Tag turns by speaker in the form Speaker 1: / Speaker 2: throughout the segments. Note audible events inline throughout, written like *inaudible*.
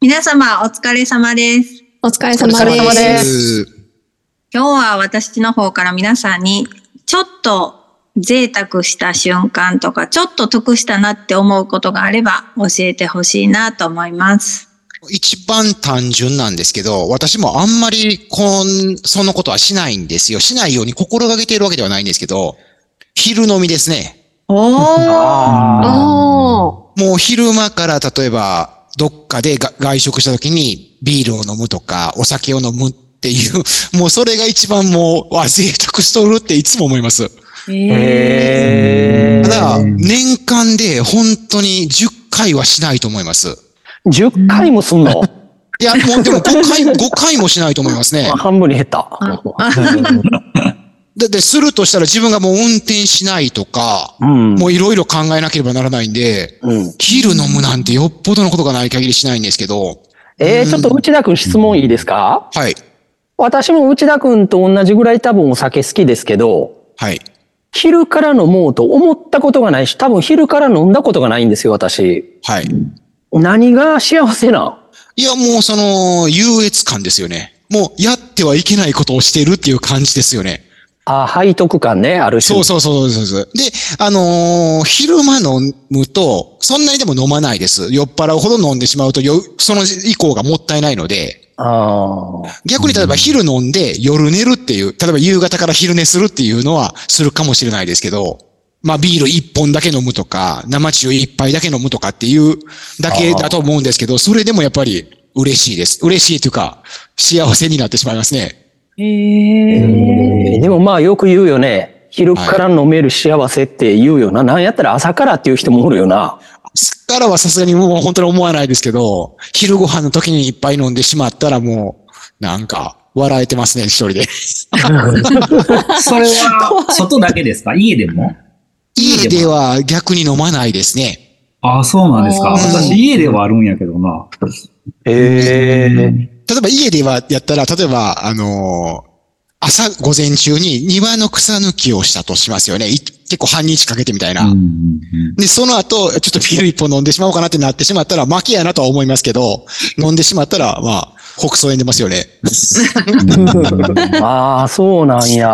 Speaker 1: 皆様お疲れ様です。
Speaker 2: お疲れ
Speaker 3: お
Speaker 2: 様
Speaker 3: 疲れ様
Speaker 2: で。
Speaker 3: ですす。
Speaker 1: 今日は私の方から皆さんに、ちょっと贅沢した瞬間とか、ちょっと得したなって思うことがあれば教えてほしいなと思います。
Speaker 3: 一番単純なんですけど、私もあんまりこん、そのことはしないんですよ。しないように心がけているわけではないんですけど、昼飲みですね。
Speaker 1: おー
Speaker 2: お
Speaker 3: もう昼間から例えば、どっかでが外食した時にビールを飲むとか、お酒を飲むっていう、 *laughs* もうそれが一番もう、わ、贅沢しとるっていつも思います。
Speaker 1: え
Speaker 3: ただ、年間で本当に10回はしないと思います。
Speaker 4: 10回もすん *laughs* の
Speaker 3: いや、もうでも5回、5回もしないと思いますね。
Speaker 4: 半分に減った。
Speaker 3: だって、するとしたら自分がもう運転しないとか、
Speaker 4: うん。
Speaker 3: もういろいろ考えなければならないんで、
Speaker 4: うん
Speaker 3: ヒール飲むなんてよっぽどのことがない限りしないんですけど、
Speaker 4: えー、ちょっと内田君質問いいですか
Speaker 3: はい、
Speaker 4: 私も内田君と同じぐらい多分お酒好きですけど、
Speaker 3: はい。
Speaker 4: 昼から飲もうと思ったことがないし、多分昼から飲んだことがないんですよ、私。
Speaker 3: はい。
Speaker 4: 何が幸せなん
Speaker 3: いや、もうその、優越感ですよね。もう、やってはいけないことをしてるっていう感じですよね。
Speaker 4: あ、背徳感ね、ある種。
Speaker 3: そうそうそうそうそう。で、あのー昼間飲むと、そんなにでも飲まないです。酔っ払うほど飲んでしまうと、よその以降がもったいないので、
Speaker 4: あー
Speaker 3: 逆に例えば昼飲んで夜寝るっていう、例えば夕方から昼寝するっていうのはするかもしれないですけど、まあビール一本だけ飲むとか、生中一杯だけ飲むとかっていうだけだと思うんですけど、それでもやっぱり嬉しいです。嬉しいというか、幸せになってしまいますね。
Speaker 4: えーでもまあよく言うよね。昼から飲める幸せって言うよな。なんやったら朝からっていう人もおるよな。
Speaker 3: すっからはさすがにもう本当に思わないですけど、昼ご飯の時にいっぱい飲んでしまったらもう、なんか、笑えてますね、一人で。
Speaker 5: それは、外だけですか家でも
Speaker 3: 家では逆に飲まないですね。
Speaker 5: ああ、そうなんですか。
Speaker 2: あー
Speaker 5: 私、家ではあるんやけどな。
Speaker 4: えー、
Speaker 3: 例えば家ではやったら、例えば、あのー朝午前中に庭の草抜きをしたとしますよね。い結構半日かけてみたいな。
Speaker 5: うんうんうん
Speaker 3: で、その後、ちょっとビール一本飲んでしまおうかなってなってしまったら、負けやなとは思いますけど、飲んでしまったら、まあ、北総園出ますよね。
Speaker 4: ああ、そうなんや。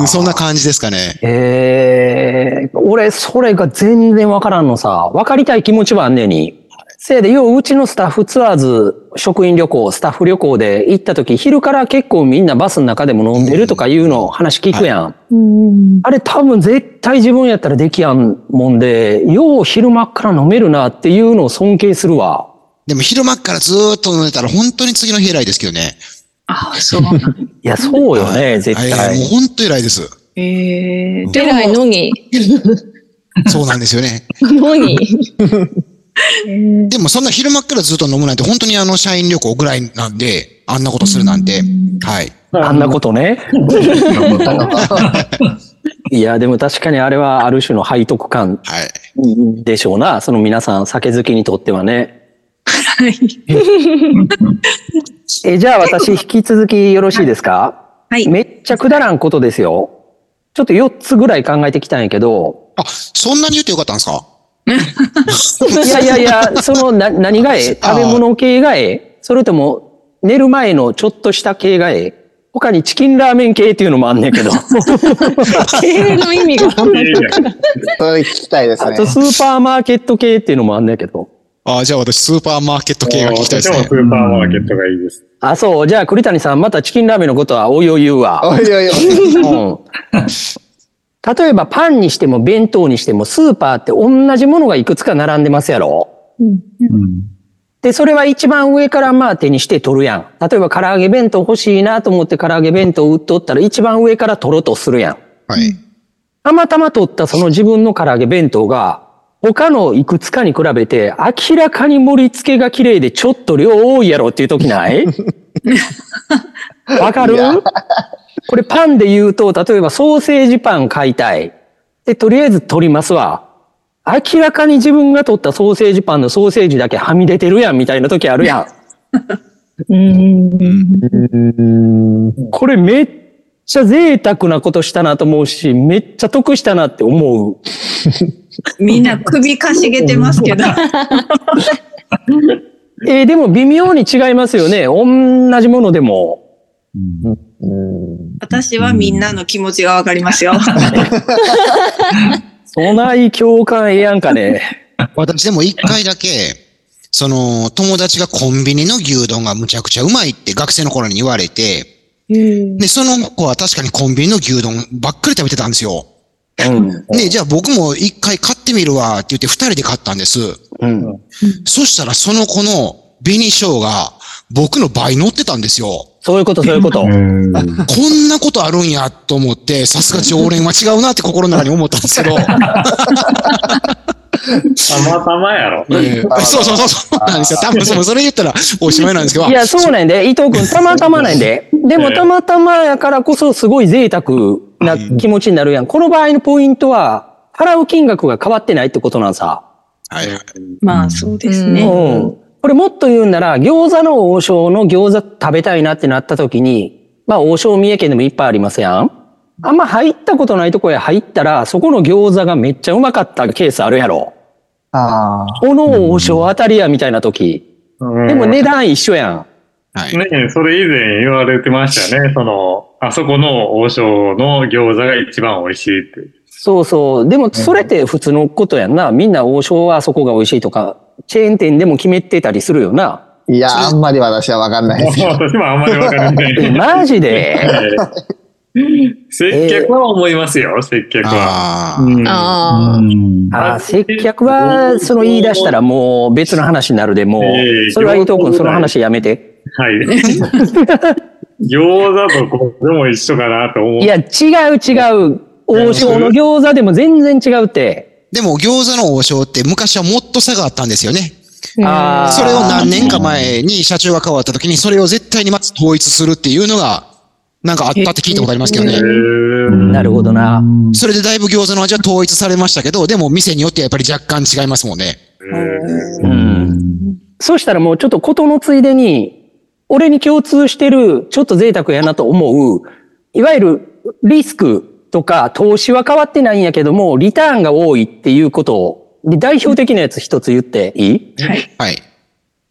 Speaker 3: うん、そんな感じですかね。
Speaker 4: ええ俺、それが全然わからんのさ。わかりたい気持ちはあんねんに。せいで、よう、うちのスタッフツアーズ、職員旅行、スタッフ旅行で行った時、昼から結構みんなバスの中でも飲んでるとかいうの話聞くやん。
Speaker 2: うん
Speaker 4: あれ多分絶対自分やったらできやんもんで、よう昼間から飲めるなっていうのを尊敬するわ。
Speaker 3: でも昼間っからずーっと飲んでたら本当に次の日偉いですけどね。
Speaker 1: あ、そうなんだ。
Speaker 4: いや、そうよね、絶
Speaker 3: はいもう
Speaker 4: 対。
Speaker 3: 本当偉いです。
Speaker 1: えー、
Speaker 2: えらいのぎ。
Speaker 3: そうなんですよね。
Speaker 2: のぎ。
Speaker 3: でもそんな昼間っからずっと飲むなんて本当にあの社員旅行ぐらいなんで、あんなことするなんて。はい。
Speaker 4: あんなことね。いや、でも確かにあれはある種の背徳感
Speaker 3: はい。
Speaker 4: でしょうな。その皆さん、酒好きにとってはね。え、じゃあ私、引き続きよろしいですか
Speaker 1: はい。
Speaker 4: めっちゃくだらんことですよ。ちょっと4つぐらい考えてきたんやけど。
Speaker 3: あ、そんなに言ってよかったんですか
Speaker 4: いやいやいや、その、な、何がええ
Speaker 3: あー
Speaker 4: 食べ物系がええそれとも、寝る前のちょっとした系がええ他にチキンラーメン系っていうのもあんねんけど。
Speaker 2: 経営の意味が。
Speaker 6: それ聞きたいです
Speaker 4: あ
Speaker 6: ね
Speaker 4: と、。スーパーマーケット系っていうのもあんねんけど。
Speaker 3: あ、じゃあ私スーパーマーケット系が聞きたいです
Speaker 7: も
Speaker 3: ね
Speaker 7: ス。ーパーマーケットがいいです。
Speaker 4: あ、そう。じゃあ、栗谷さん、またチキンラーメンのことはおいおい言うわ。
Speaker 6: おいおいおい。
Speaker 4: うん例えばパンにしても弁当にしてもスーパーって同じものがいくつか並んでますやろ
Speaker 5: うん
Speaker 4: で、それは一番上からまあ手にして取るやん。例えば唐揚げ弁当欲しいなと思って唐揚げ弁当売っとったら一番上から取ろうとするやん。
Speaker 3: はい。
Speaker 4: たまたま取ったその自分の唐揚げ弁当が他のいくつかに比べて明らかに盛り付けが綺麗でちょっと量多いやろっていう時ない
Speaker 6: *laughs*
Speaker 4: わかる
Speaker 6: いや
Speaker 4: これパンで言うと、例えばソーセージパン買いたい。で、とりあえず取りますわ。明らかに自分が取ったソーセージパンのソーセージだけはみ出てるやんみたいな時あるや
Speaker 6: *laughs*
Speaker 4: ん。これめっちゃ贅沢なことしたなと思うし、めっちゃ得したなって思う。
Speaker 1: みんな首かしげてますけど。
Speaker 4: えーでも微妙に違いますよね。同じものでも。
Speaker 5: うん
Speaker 6: うん
Speaker 1: 私はみんなの気持ちがわかりますよ。
Speaker 4: そない共感ええやんかね。
Speaker 3: 私でも一回だけ、その、友達がコンビニの牛丼がむちゃくちゃうまいって学生の頃に言われて、で、その子は確かにコンビニの牛丼ばっかり食べてたんですよ。
Speaker 4: うん。
Speaker 3: ね、じゃあ僕も一回買ってみるわって言って二人で買ったんです。
Speaker 4: うん。
Speaker 3: そしたらその子の紅生姜が僕の倍乗ってたんですよ。
Speaker 4: そういうこと、そういうこと。
Speaker 3: こんなことあるんやと思って、さすが常連は違うなって心の中に思ったんですけ
Speaker 4: *laughs*
Speaker 3: ど。
Speaker 7: たまたまやろ。
Speaker 3: えーそうそうそう、そうなんですよ。多分そのそれ言ったらおしまいなんですけど、
Speaker 4: いや、そうなんで、伊藤くん、たまたまなんで。でも、
Speaker 7: ええ
Speaker 4: たまたまやからこそ、すごい贅沢な気持ちになるやん。この場合のポイントは、払う金額が変わってないってことなんさ。
Speaker 3: はいはい
Speaker 1: *laughs* まあそうです
Speaker 4: う
Speaker 1: ね。
Speaker 4: ん。これもっと言うんなら、餃子の王将の餃子食べたいなってなった時に、まあ、王将三重県でもいっぱいありますやん。あんま入ったことないとこへ入ったら、そこの餃子がめっちゃうまかったケースあるやろ。
Speaker 6: ああ。
Speaker 4: この王将あたりやみたいな時。
Speaker 7: うん
Speaker 4: でも値段一緒やん。
Speaker 3: はい。
Speaker 7: ねそれ以前言われてましたね。その、あそこの王将の餃子が一番美味し
Speaker 3: *laughs*
Speaker 7: いって。
Speaker 4: そうそう。でも、それって普通のことやんな。みんな王将はそこが美味しいとか、チェーン店でも決めてたりするよ *laughs* な。
Speaker 6: いや、あんまり私はわかんないですけ
Speaker 7: も
Speaker 4: *laughs*
Speaker 7: う
Speaker 6: ど。
Speaker 7: 私もあんまりわかりませ
Speaker 4: え *laughs*
Speaker 7: ん。
Speaker 4: マジで
Speaker 7: 接客は思いますよ、接客
Speaker 3: あ
Speaker 7: は。
Speaker 3: ー
Speaker 7: うん
Speaker 2: ああ。
Speaker 4: あー接客は、その言い出したらもう別の話になるで、も
Speaker 7: え
Speaker 4: う。
Speaker 7: え
Speaker 4: それは伊藤君、その話やめて。
Speaker 7: はい。餃子とこれも一緒かなと思う。
Speaker 4: いや、違う違う。王将の餃子でも全然違うって。
Speaker 3: でも餃子の王将って昔はもっと差があったんですよね。
Speaker 4: あー
Speaker 3: それを何年か前に社長が変わった時にそれを絶対にまず統一するっていうのが、なんかあったって聞いたことありますけど
Speaker 7: へ
Speaker 3: ね。
Speaker 7: ー
Speaker 4: なるほどな。
Speaker 3: それでだいぶ餃子の味は統一されましたけど、でも店によってやっぱり若干違いますもんね。
Speaker 4: うんそうしたらもうちょっとことのついでに、俺に共通してる、ちょっと贅沢やなと思う、いわゆるリスクとか投資は変わってないんやけども、リターンが多いっていうことを、で代表的なやつ一つ言っていい
Speaker 3: はい。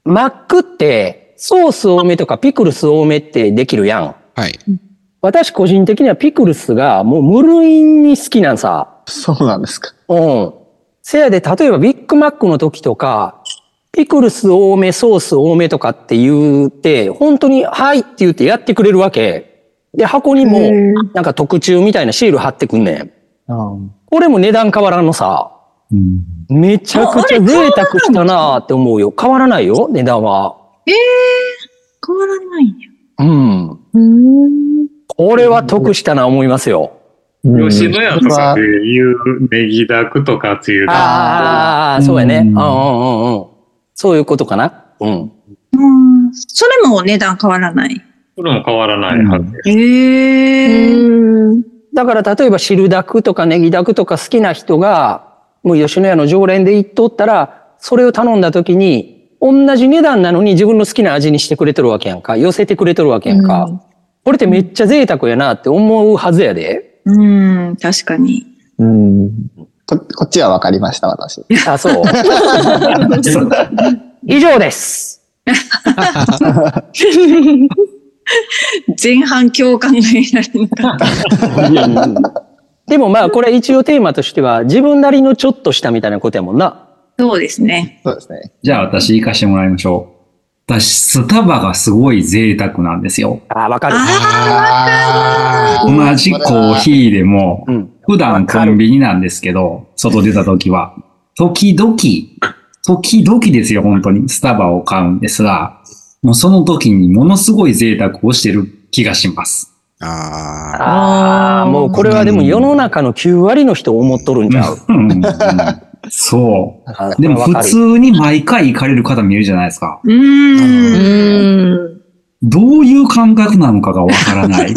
Speaker 4: マックって、ソース多めとかピクルス多めってできるやん。
Speaker 3: はい。
Speaker 4: 私個人的にはピクルスがもう無類に好きなんさ。
Speaker 6: そうなんですか。
Speaker 4: うん。せやで、例えばビッグマックの時とか、ピクルス多め、ソース多めとかって言って、本当に、はいって言ってやってくれるわけ。で、箱にも、なんか特注みたいなシール貼ってくんねん。これも値段変わらんのさ。めちゃくちゃ贅沢したなーって思うよ。変わらないよ、値段は。
Speaker 1: 変わらないんや。
Speaker 4: うん。これは得したな思いますよ。
Speaker 6: うん
Speaker 7: 吉野家とかでいうネギダクとかつゆだ
Speaker 4: ああ、そうやね。うんうんうんうん。そういうことかな。うん。
Speaker 1: うん。それも値段変わらない。
Speaker 7: それも変わらないはずです。
Speaker 1: へえ。
Speaker 4: だから例えば汁だくとかネギだくとか好きな人が、もう吉野家の常連で行っとったら、それを頼んだ時に、同じ値段なのに自分の好きな味にしてくれてるわけやんか。寄せてくれてるわけやんか。これってめっちゃ贅沢やなって思うはずやで。
Speaker 1: うん、確かに。
Speaker 6: うん。ここっちはわかりました、私。
Speaker 4: あ、 *laughs* そう。以上です。
Speaker 1: 前半共感が得られなかった。
Speaker 4: でもまあこれ一応テーマとしては、自分なりのちょっとしたみたいなことやもんな。
Speaker 1: そうですね。
Speaker 6: そうですね。
Speaker 8: じゃあ私行かしてもらいましょう。私、スタバがすごい贅沢なんですよ。
Speaker 4: あ、わかる。
Speaker 3: あ
Speaker 8: 同じコーヒーでも
Speaker 4: う、ん。
Speaker 8: 普段コンビニなんですけど、外出た時は、時々、時々ですよ、本当に。スタバを買うんですが、もうその時にものすごい贅沢をしてる気がします。
Speaker 3: ーあー。
Speaker 4: ああ、もうこれはでも世の中の9割の人思っとるんちゃう。
Speaker 8: うんうんそう。
Speaker 4: あ
Speaker 8: でも
Speaker 4: これわか
Speaker 8: 普
Speaker 4: る
Speaker 8: 通に毎回行かれる方もいるじゃないですか。
Speaker 1: うーん。
Speaker 2: うん。
Speaker 8: どういう感覚なのかがわから
Speaker 4: *laughs*
Speaker 8: ない。
Speaker 4: う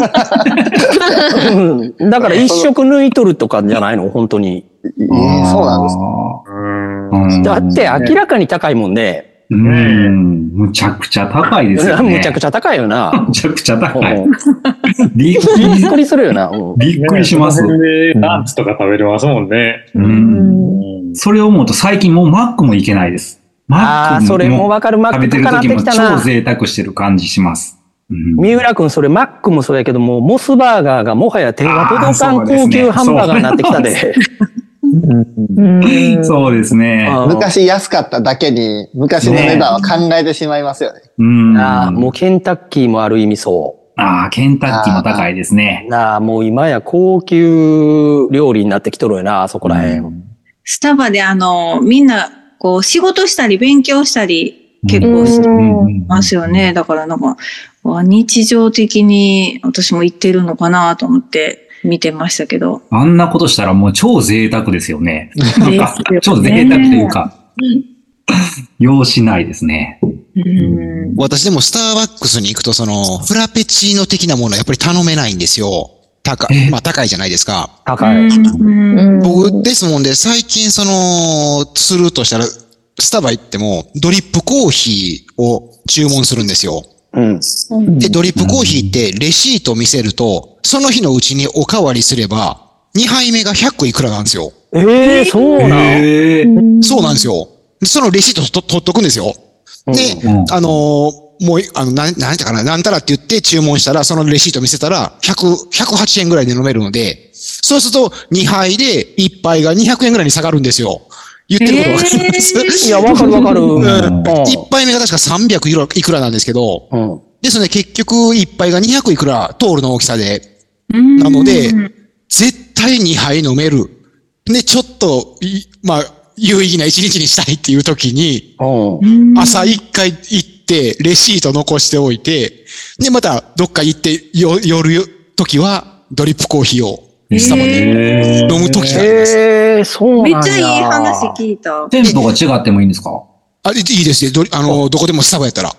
Speaker 4: んだから一色抜いとるとかじゃないの本当に。
Speaker 6: えーそうなんです。
Speaker 7: うん
Speaker 8: うん
Speaker 4: だって明らかに高いもんね。
Speaker 8: うん、むちゃくちゃ高いですよね。
Speaker 4: *laughs* むちゃくちゃ高いよな。
Speaker 8: むちゃくちゃ高い。
Speaker 4: うん
Speaker 8: *laughs* びっく
Speaker 4: びっ
Speaker 8: り
Speaker 4: くりするよな。うん
Speaker 8: びっくりします。
Speaker 7: ねその辺でランチとか食べれますもんね。
Speaker 8: うんそれを思うと最近もうマックも行けないです。
Speaker 4: ああ、それもわかる。マッ
Speaker 8: 食
Speaker 4: ク
Speaker 8: べてる
Speaker 4: 高なっ
Speaker 8: 時
Speaker 4: て
Speaker 8: も
Speaker 4: きた
Speaker 8: 超
Speaker 4: な。
Speaker 8: 贅沢してる感じします。うん
Speaker 4: 三浦くん、それマックもそうやけども、モスバーガーがもはや手が届か
Speaker 8: あーそ
Speaker 4: ん
Speaker 8: うです
Speaker 4: 高
Speaker 8: ね
Speaker 4: 級ハンバーガーになってきたで。
Speaker 2: うん
Speaker 8: そうですね。
Speaker 4: あー
Speaker 6: 昔安かっただけに、昔の値段は考えてしまいますよね。
Speaker 8: うん。
Speaker 4: なあ、も
Speaker 8: あ
Speaker 4: うケンタッキーもある意味そ
Speaker 8: あ、ケンタッキーも高いです
Speaker 4: う。
Speaker 8: ね。
Speaker 4: なあ、もう今や高級料理になってきとるよな、あそこらへ。
Speaker 8: うん
Speaker 1: スタバであの、みんな、こう、仕事したり勉強したり、結構してますよね。だからなんか、わ日常的に私も行ってるのかなと思って見てましたけど。
Speaker 8: あんなことしたらもう超贅沢ですよね。なんか
Speaker 1: で、すよ
Speaker 8: 超
Speaker 1: ね
Speaker 8: 贅沢というか、用しないですね。
Speaker 1: うん。
Speaker 3: 私でもスターバックスに行くと、その、フラペチーノ的なものはやっぱり頼めないんですよ。高
Speaker 8: え、
Speaker 3: まあ高いじゃないですか。
Speaker 4: 高い。
Speaker 1: うん
Speaker 2: うん
Speaker 3: 僕ですもんで、最近その、するとしたら、スタバ行っても、ドリップコーヒーを注文するんですよ。
Speaker 4: うん。
Speaker 3: で、ドリップコーヒーってレシート見せると、その日のうちにおかわりすれば、2杯目が100いくらなんですよ。
Speaker 4: ええ、そうなん。
Speaker 8: へー
Speaker 3: そうなんですよ。でそのレシートと取っとくんですよ。で、
Speaker 8: うん
Speaker 3: あのーもう、あの、なん、なんやったかな、なんたらって言って注文したら、そのレシート見せたら、100、108円ぐらいで飲めるので、そうすると、2杯で1杯が200円ぐらいに下がるんですよ。言ってることわかります、
Speaker 1: へー
Speaker 3: *laughs*
Speaker 4: いや、わかるわかる。うん
Speaker 8: ん
Speaker 3: 1杯目が確か300いくらいくらなんですけど、
Speaker 4: うん。
Speaker 3: ですので結局1杯が200いくら、トールの大きさで、
Speaker 1: うん
Speaker 3: なので、絶対2杯飲める。で、ちょっと、いまあ、有意義な一日にしたいっていう時に、
Speaker 4: うん。
Speaker 1: うん
Speaker 3: 朝一回行って、レシート残しておいて、で、またどっか行って、よ、夜時は、ドリップコーヒーをスタバで
Speaker 8: へー
Speaker 3: 飲む時があります。
Speaker 4: ええ、そうなん
Speaker 1: め
Speaker 4: や
Speaker 1: っちゃいい話聞いた。
Speaker 8: 店舗が違ってもいいんですか
Speaker 3: あ、いいいですね。どあの、どこでもスタバやったら。
Speaker 8: へ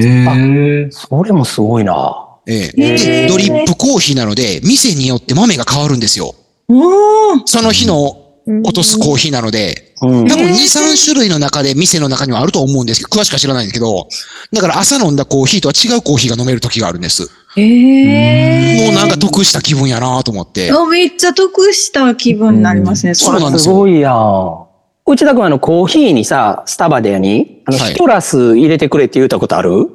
Speaker 8: え。
Speaker 4: それもすごいな。
Speaker 3: ええ。
Speaker 1: へ
Speaker 3: で
Speaker 1: ー
Speaker 3: ドリップコーヒーなので、店によって豆が変わるんですよ。
Speaker 1: おー
Speaker 3: その日の落とすコーヒーなので、
Speaker 4: うん。
Speaker 3: 多分
Speaker 1: へ
Speaker 3: 2、
Speaker 1: ー
Speaker 3: 3種類の中で店の中にはあると思うんですけど、詳しくは知らないんですけど、だから朝飲んだコーヒーとは違うコーヒーが飲める時があるんです。
Speaker 1: へえ。
Speaker 3: もうなんか得した気分やなと思って。
Speaker 1: あめっちゃ得した気分になりますね、
Speaker 3: そうなんです
Speaker 4: す
Speaker 3: よ
Speaker 4: ごいやん。内田君、あの、コーヒーにさ、スタバでやに、あの、
Speaker 3: はい
Speaker 4: シトラス入れてくれって言ったことある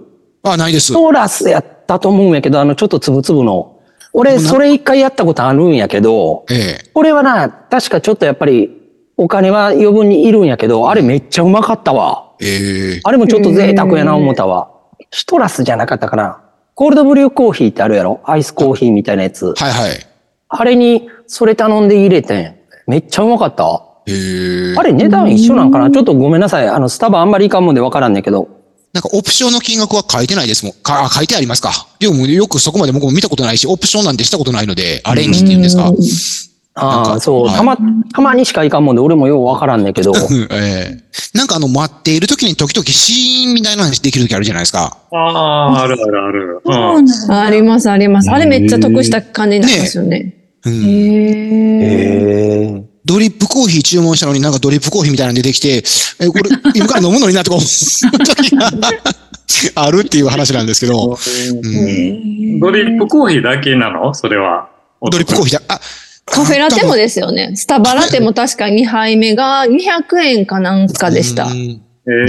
Speaker 3: あ、ないです
Speaker 4: シ。トラスやったと思うんやけど、あの、ちょっとつぶつぶの。俺、それ一回やったことあるんやけど、
Speaker 3: ええ。
Speaker 4: これはな、確かちょっとやっぱり、お金は余分にいるんやけど、あれめっちゃうまかったわ。
Speaker 3: ええ。
Speaker 4: あれもちょっと贅沢やな思ったわ。シトラスじゃなかったかな。コールドブリューコーヒーってあるやろアイスコーヒーみたいなや
Speaker 3: は
Speaker 4: つ。
Speaker 3: いはい。
Speaker 4: あれに、それ頼んで入れてん。めっちゃうまかった。
Speaker 3: ええ
Speaker 4: あ。れ値段一緒なんかなちょっとごめんなさい。あの、スタバあんまりいかんもんでわからんねんけど。
Speaker 3: なんかオプションの金額は書いてないですもん。かあ書いてありますか。でもよくそこまで僕も見たことないし、オプションなんてしたことないので、アレンジっていうんですか。なん
Speaker 4: あ
Speaker 3: か
Speaker 4: あ、そう。
Speaker 3: はい
Speaker 4: たま、たまにしかいかんもんで俺もようわからんねんけ
Speaker 3: *laughs*
Speaker 4: ど。
Speaker 3: うん *laughs* ええ。なんかあの、待っている時に時々シーンみたいな話できる時あるじゃないですか。
Speaker 7: ああ、あるあるある。うん。
Speaker 2: あります、あります。あれめっちゃ得した感じになりますよね。
Speaker 3: うん。
Speaker 2: へえ。
Speaker 4: へえ。
Speaker 3: ドリップコーヒー注文したのになんかドリップコーヒーみたいなの出てきて、
Speaker 2: *laughs*
Speaker 3: え、これ、今から飲むのになとか思う時があるっていう話なんですけ
Speaker 2: *laughs*
Speaker 3: ど、うん
Speaker 7: ドリップコーヒーだけなのそれは。
Speaker 3: ドリップコーヒーだ、あ、
Speaker 2: カフェラテもですよね。スタバラテも確か2杯目が200円かなんかでした
Speaker 3: う。ん
Speaker 7: え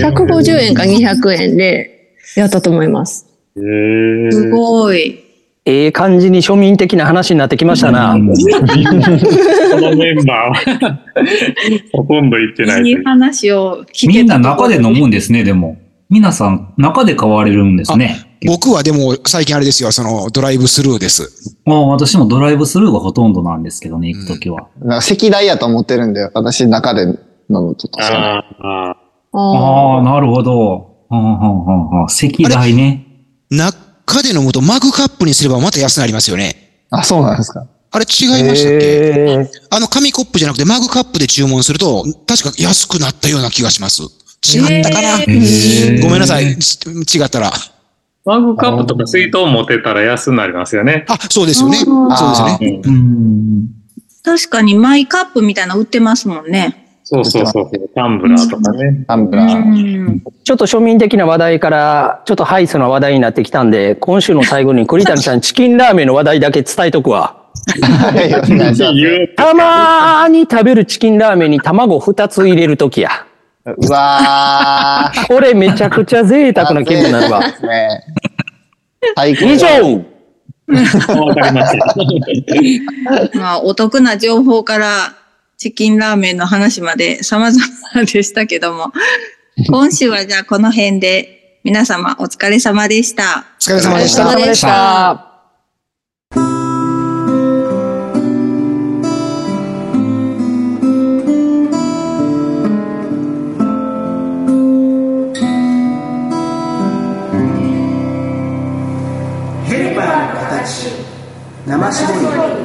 Speaker 7: ー
Speaker 2: 150円か200円でやったと思います。
Speaker 7: えー
Speaker 1: すごい。
Speaker 4: ええ感じに庶民的な話になってきましたな。
Speaker 8: うん
Speaker 7: このメンバーはほとんど行ってないと
Speaker 1: い
Speaker 7: い。
Speaker 1: いう話を聞
Speaker 8: み
Speaker 1: け
Speaker 8: ん
Speaker 1: た
Speaker 8: な
Speaker 1: とこ
Speaker 8: 中
Speaker 1: ろ
Speaker 8: で飲むんですね、でも。皆さん、中で買われるんですね。
Speaker 3: 僕はでも最近あれですよ、そのドライブスルーです。
Speaker 8: ああ私もドライブスルーがほとんどなんですけどね、行くときは。
Speaker 6: なんか赤台やと思ってるんで、私中で飲むとか。
Speaker 7: ああー、
Speaker 8: ああ、
Speaker 2: ああ。
Speaker 8: なるほど。はんはんはんはん赤台ね。
Speaker 3: 中で飲むとマグカップにすればまた安くなりますよね。
Speaker 6: あ、そうなんですか。
Speaker 3: あれ違いましたっけ
Speaker 4: へえ。
Speaker 3: あの紙コップじゃなくてマグカップで注文すると、確か安くなったような気がします。違ったかな、
Speaker 1: え
Speaker 8: へー
Speaker 3: ごめんなさい、ち違ったら。
Speaker 7: マグカップとか水筒持てたら安になりますよね。
Speaker 3: あ、そうですよね。そう
Speaker 6: あー
Speaker 3: ですよね。
Speaker 7: うん
Speaker 8: うん。
Speaker 1: 確かにマイカップみたいなの売ってますもんね。
Speaker 7: そうそうそうそう。タンブラーとかね。
Speaker 6: タン
Speaker 1: う
Speaker 6: ブラー。
Speaker 1: ん。
Speaker 4: ちょっと庶民的な話題から、ちょっとハイスな話題になってきたんで、今週の最後に栗谷さん、チキンラーメンの話題だけ伝えとくわ。
Speaker 6: はい、お願いします。
Speaker 7: *laughs* 言う
Speaker 4: たまーに食べるチキンラーメンに卵2つ入れるときや。
Speaker 6: うわー。
Speaker 4: これめちゃくちゃ贅沢な気分になる
Speaker 6: *laughs*
Speaker 4: わ
Speaker 6: そう。ですね。最高。
Speaker 4: 以上
Speaker 7: わかりました。
Speaker 1: まあ、お得な情報からチキンラーメンの話まで様々でしたけども、今週はじゃあこの辺で皆様お疲れ様でした。
Speaker 3: お疲れ様でした
Speaker 2: お。疲れ様でした。
Speaker 9: ヘルパーの形生絞り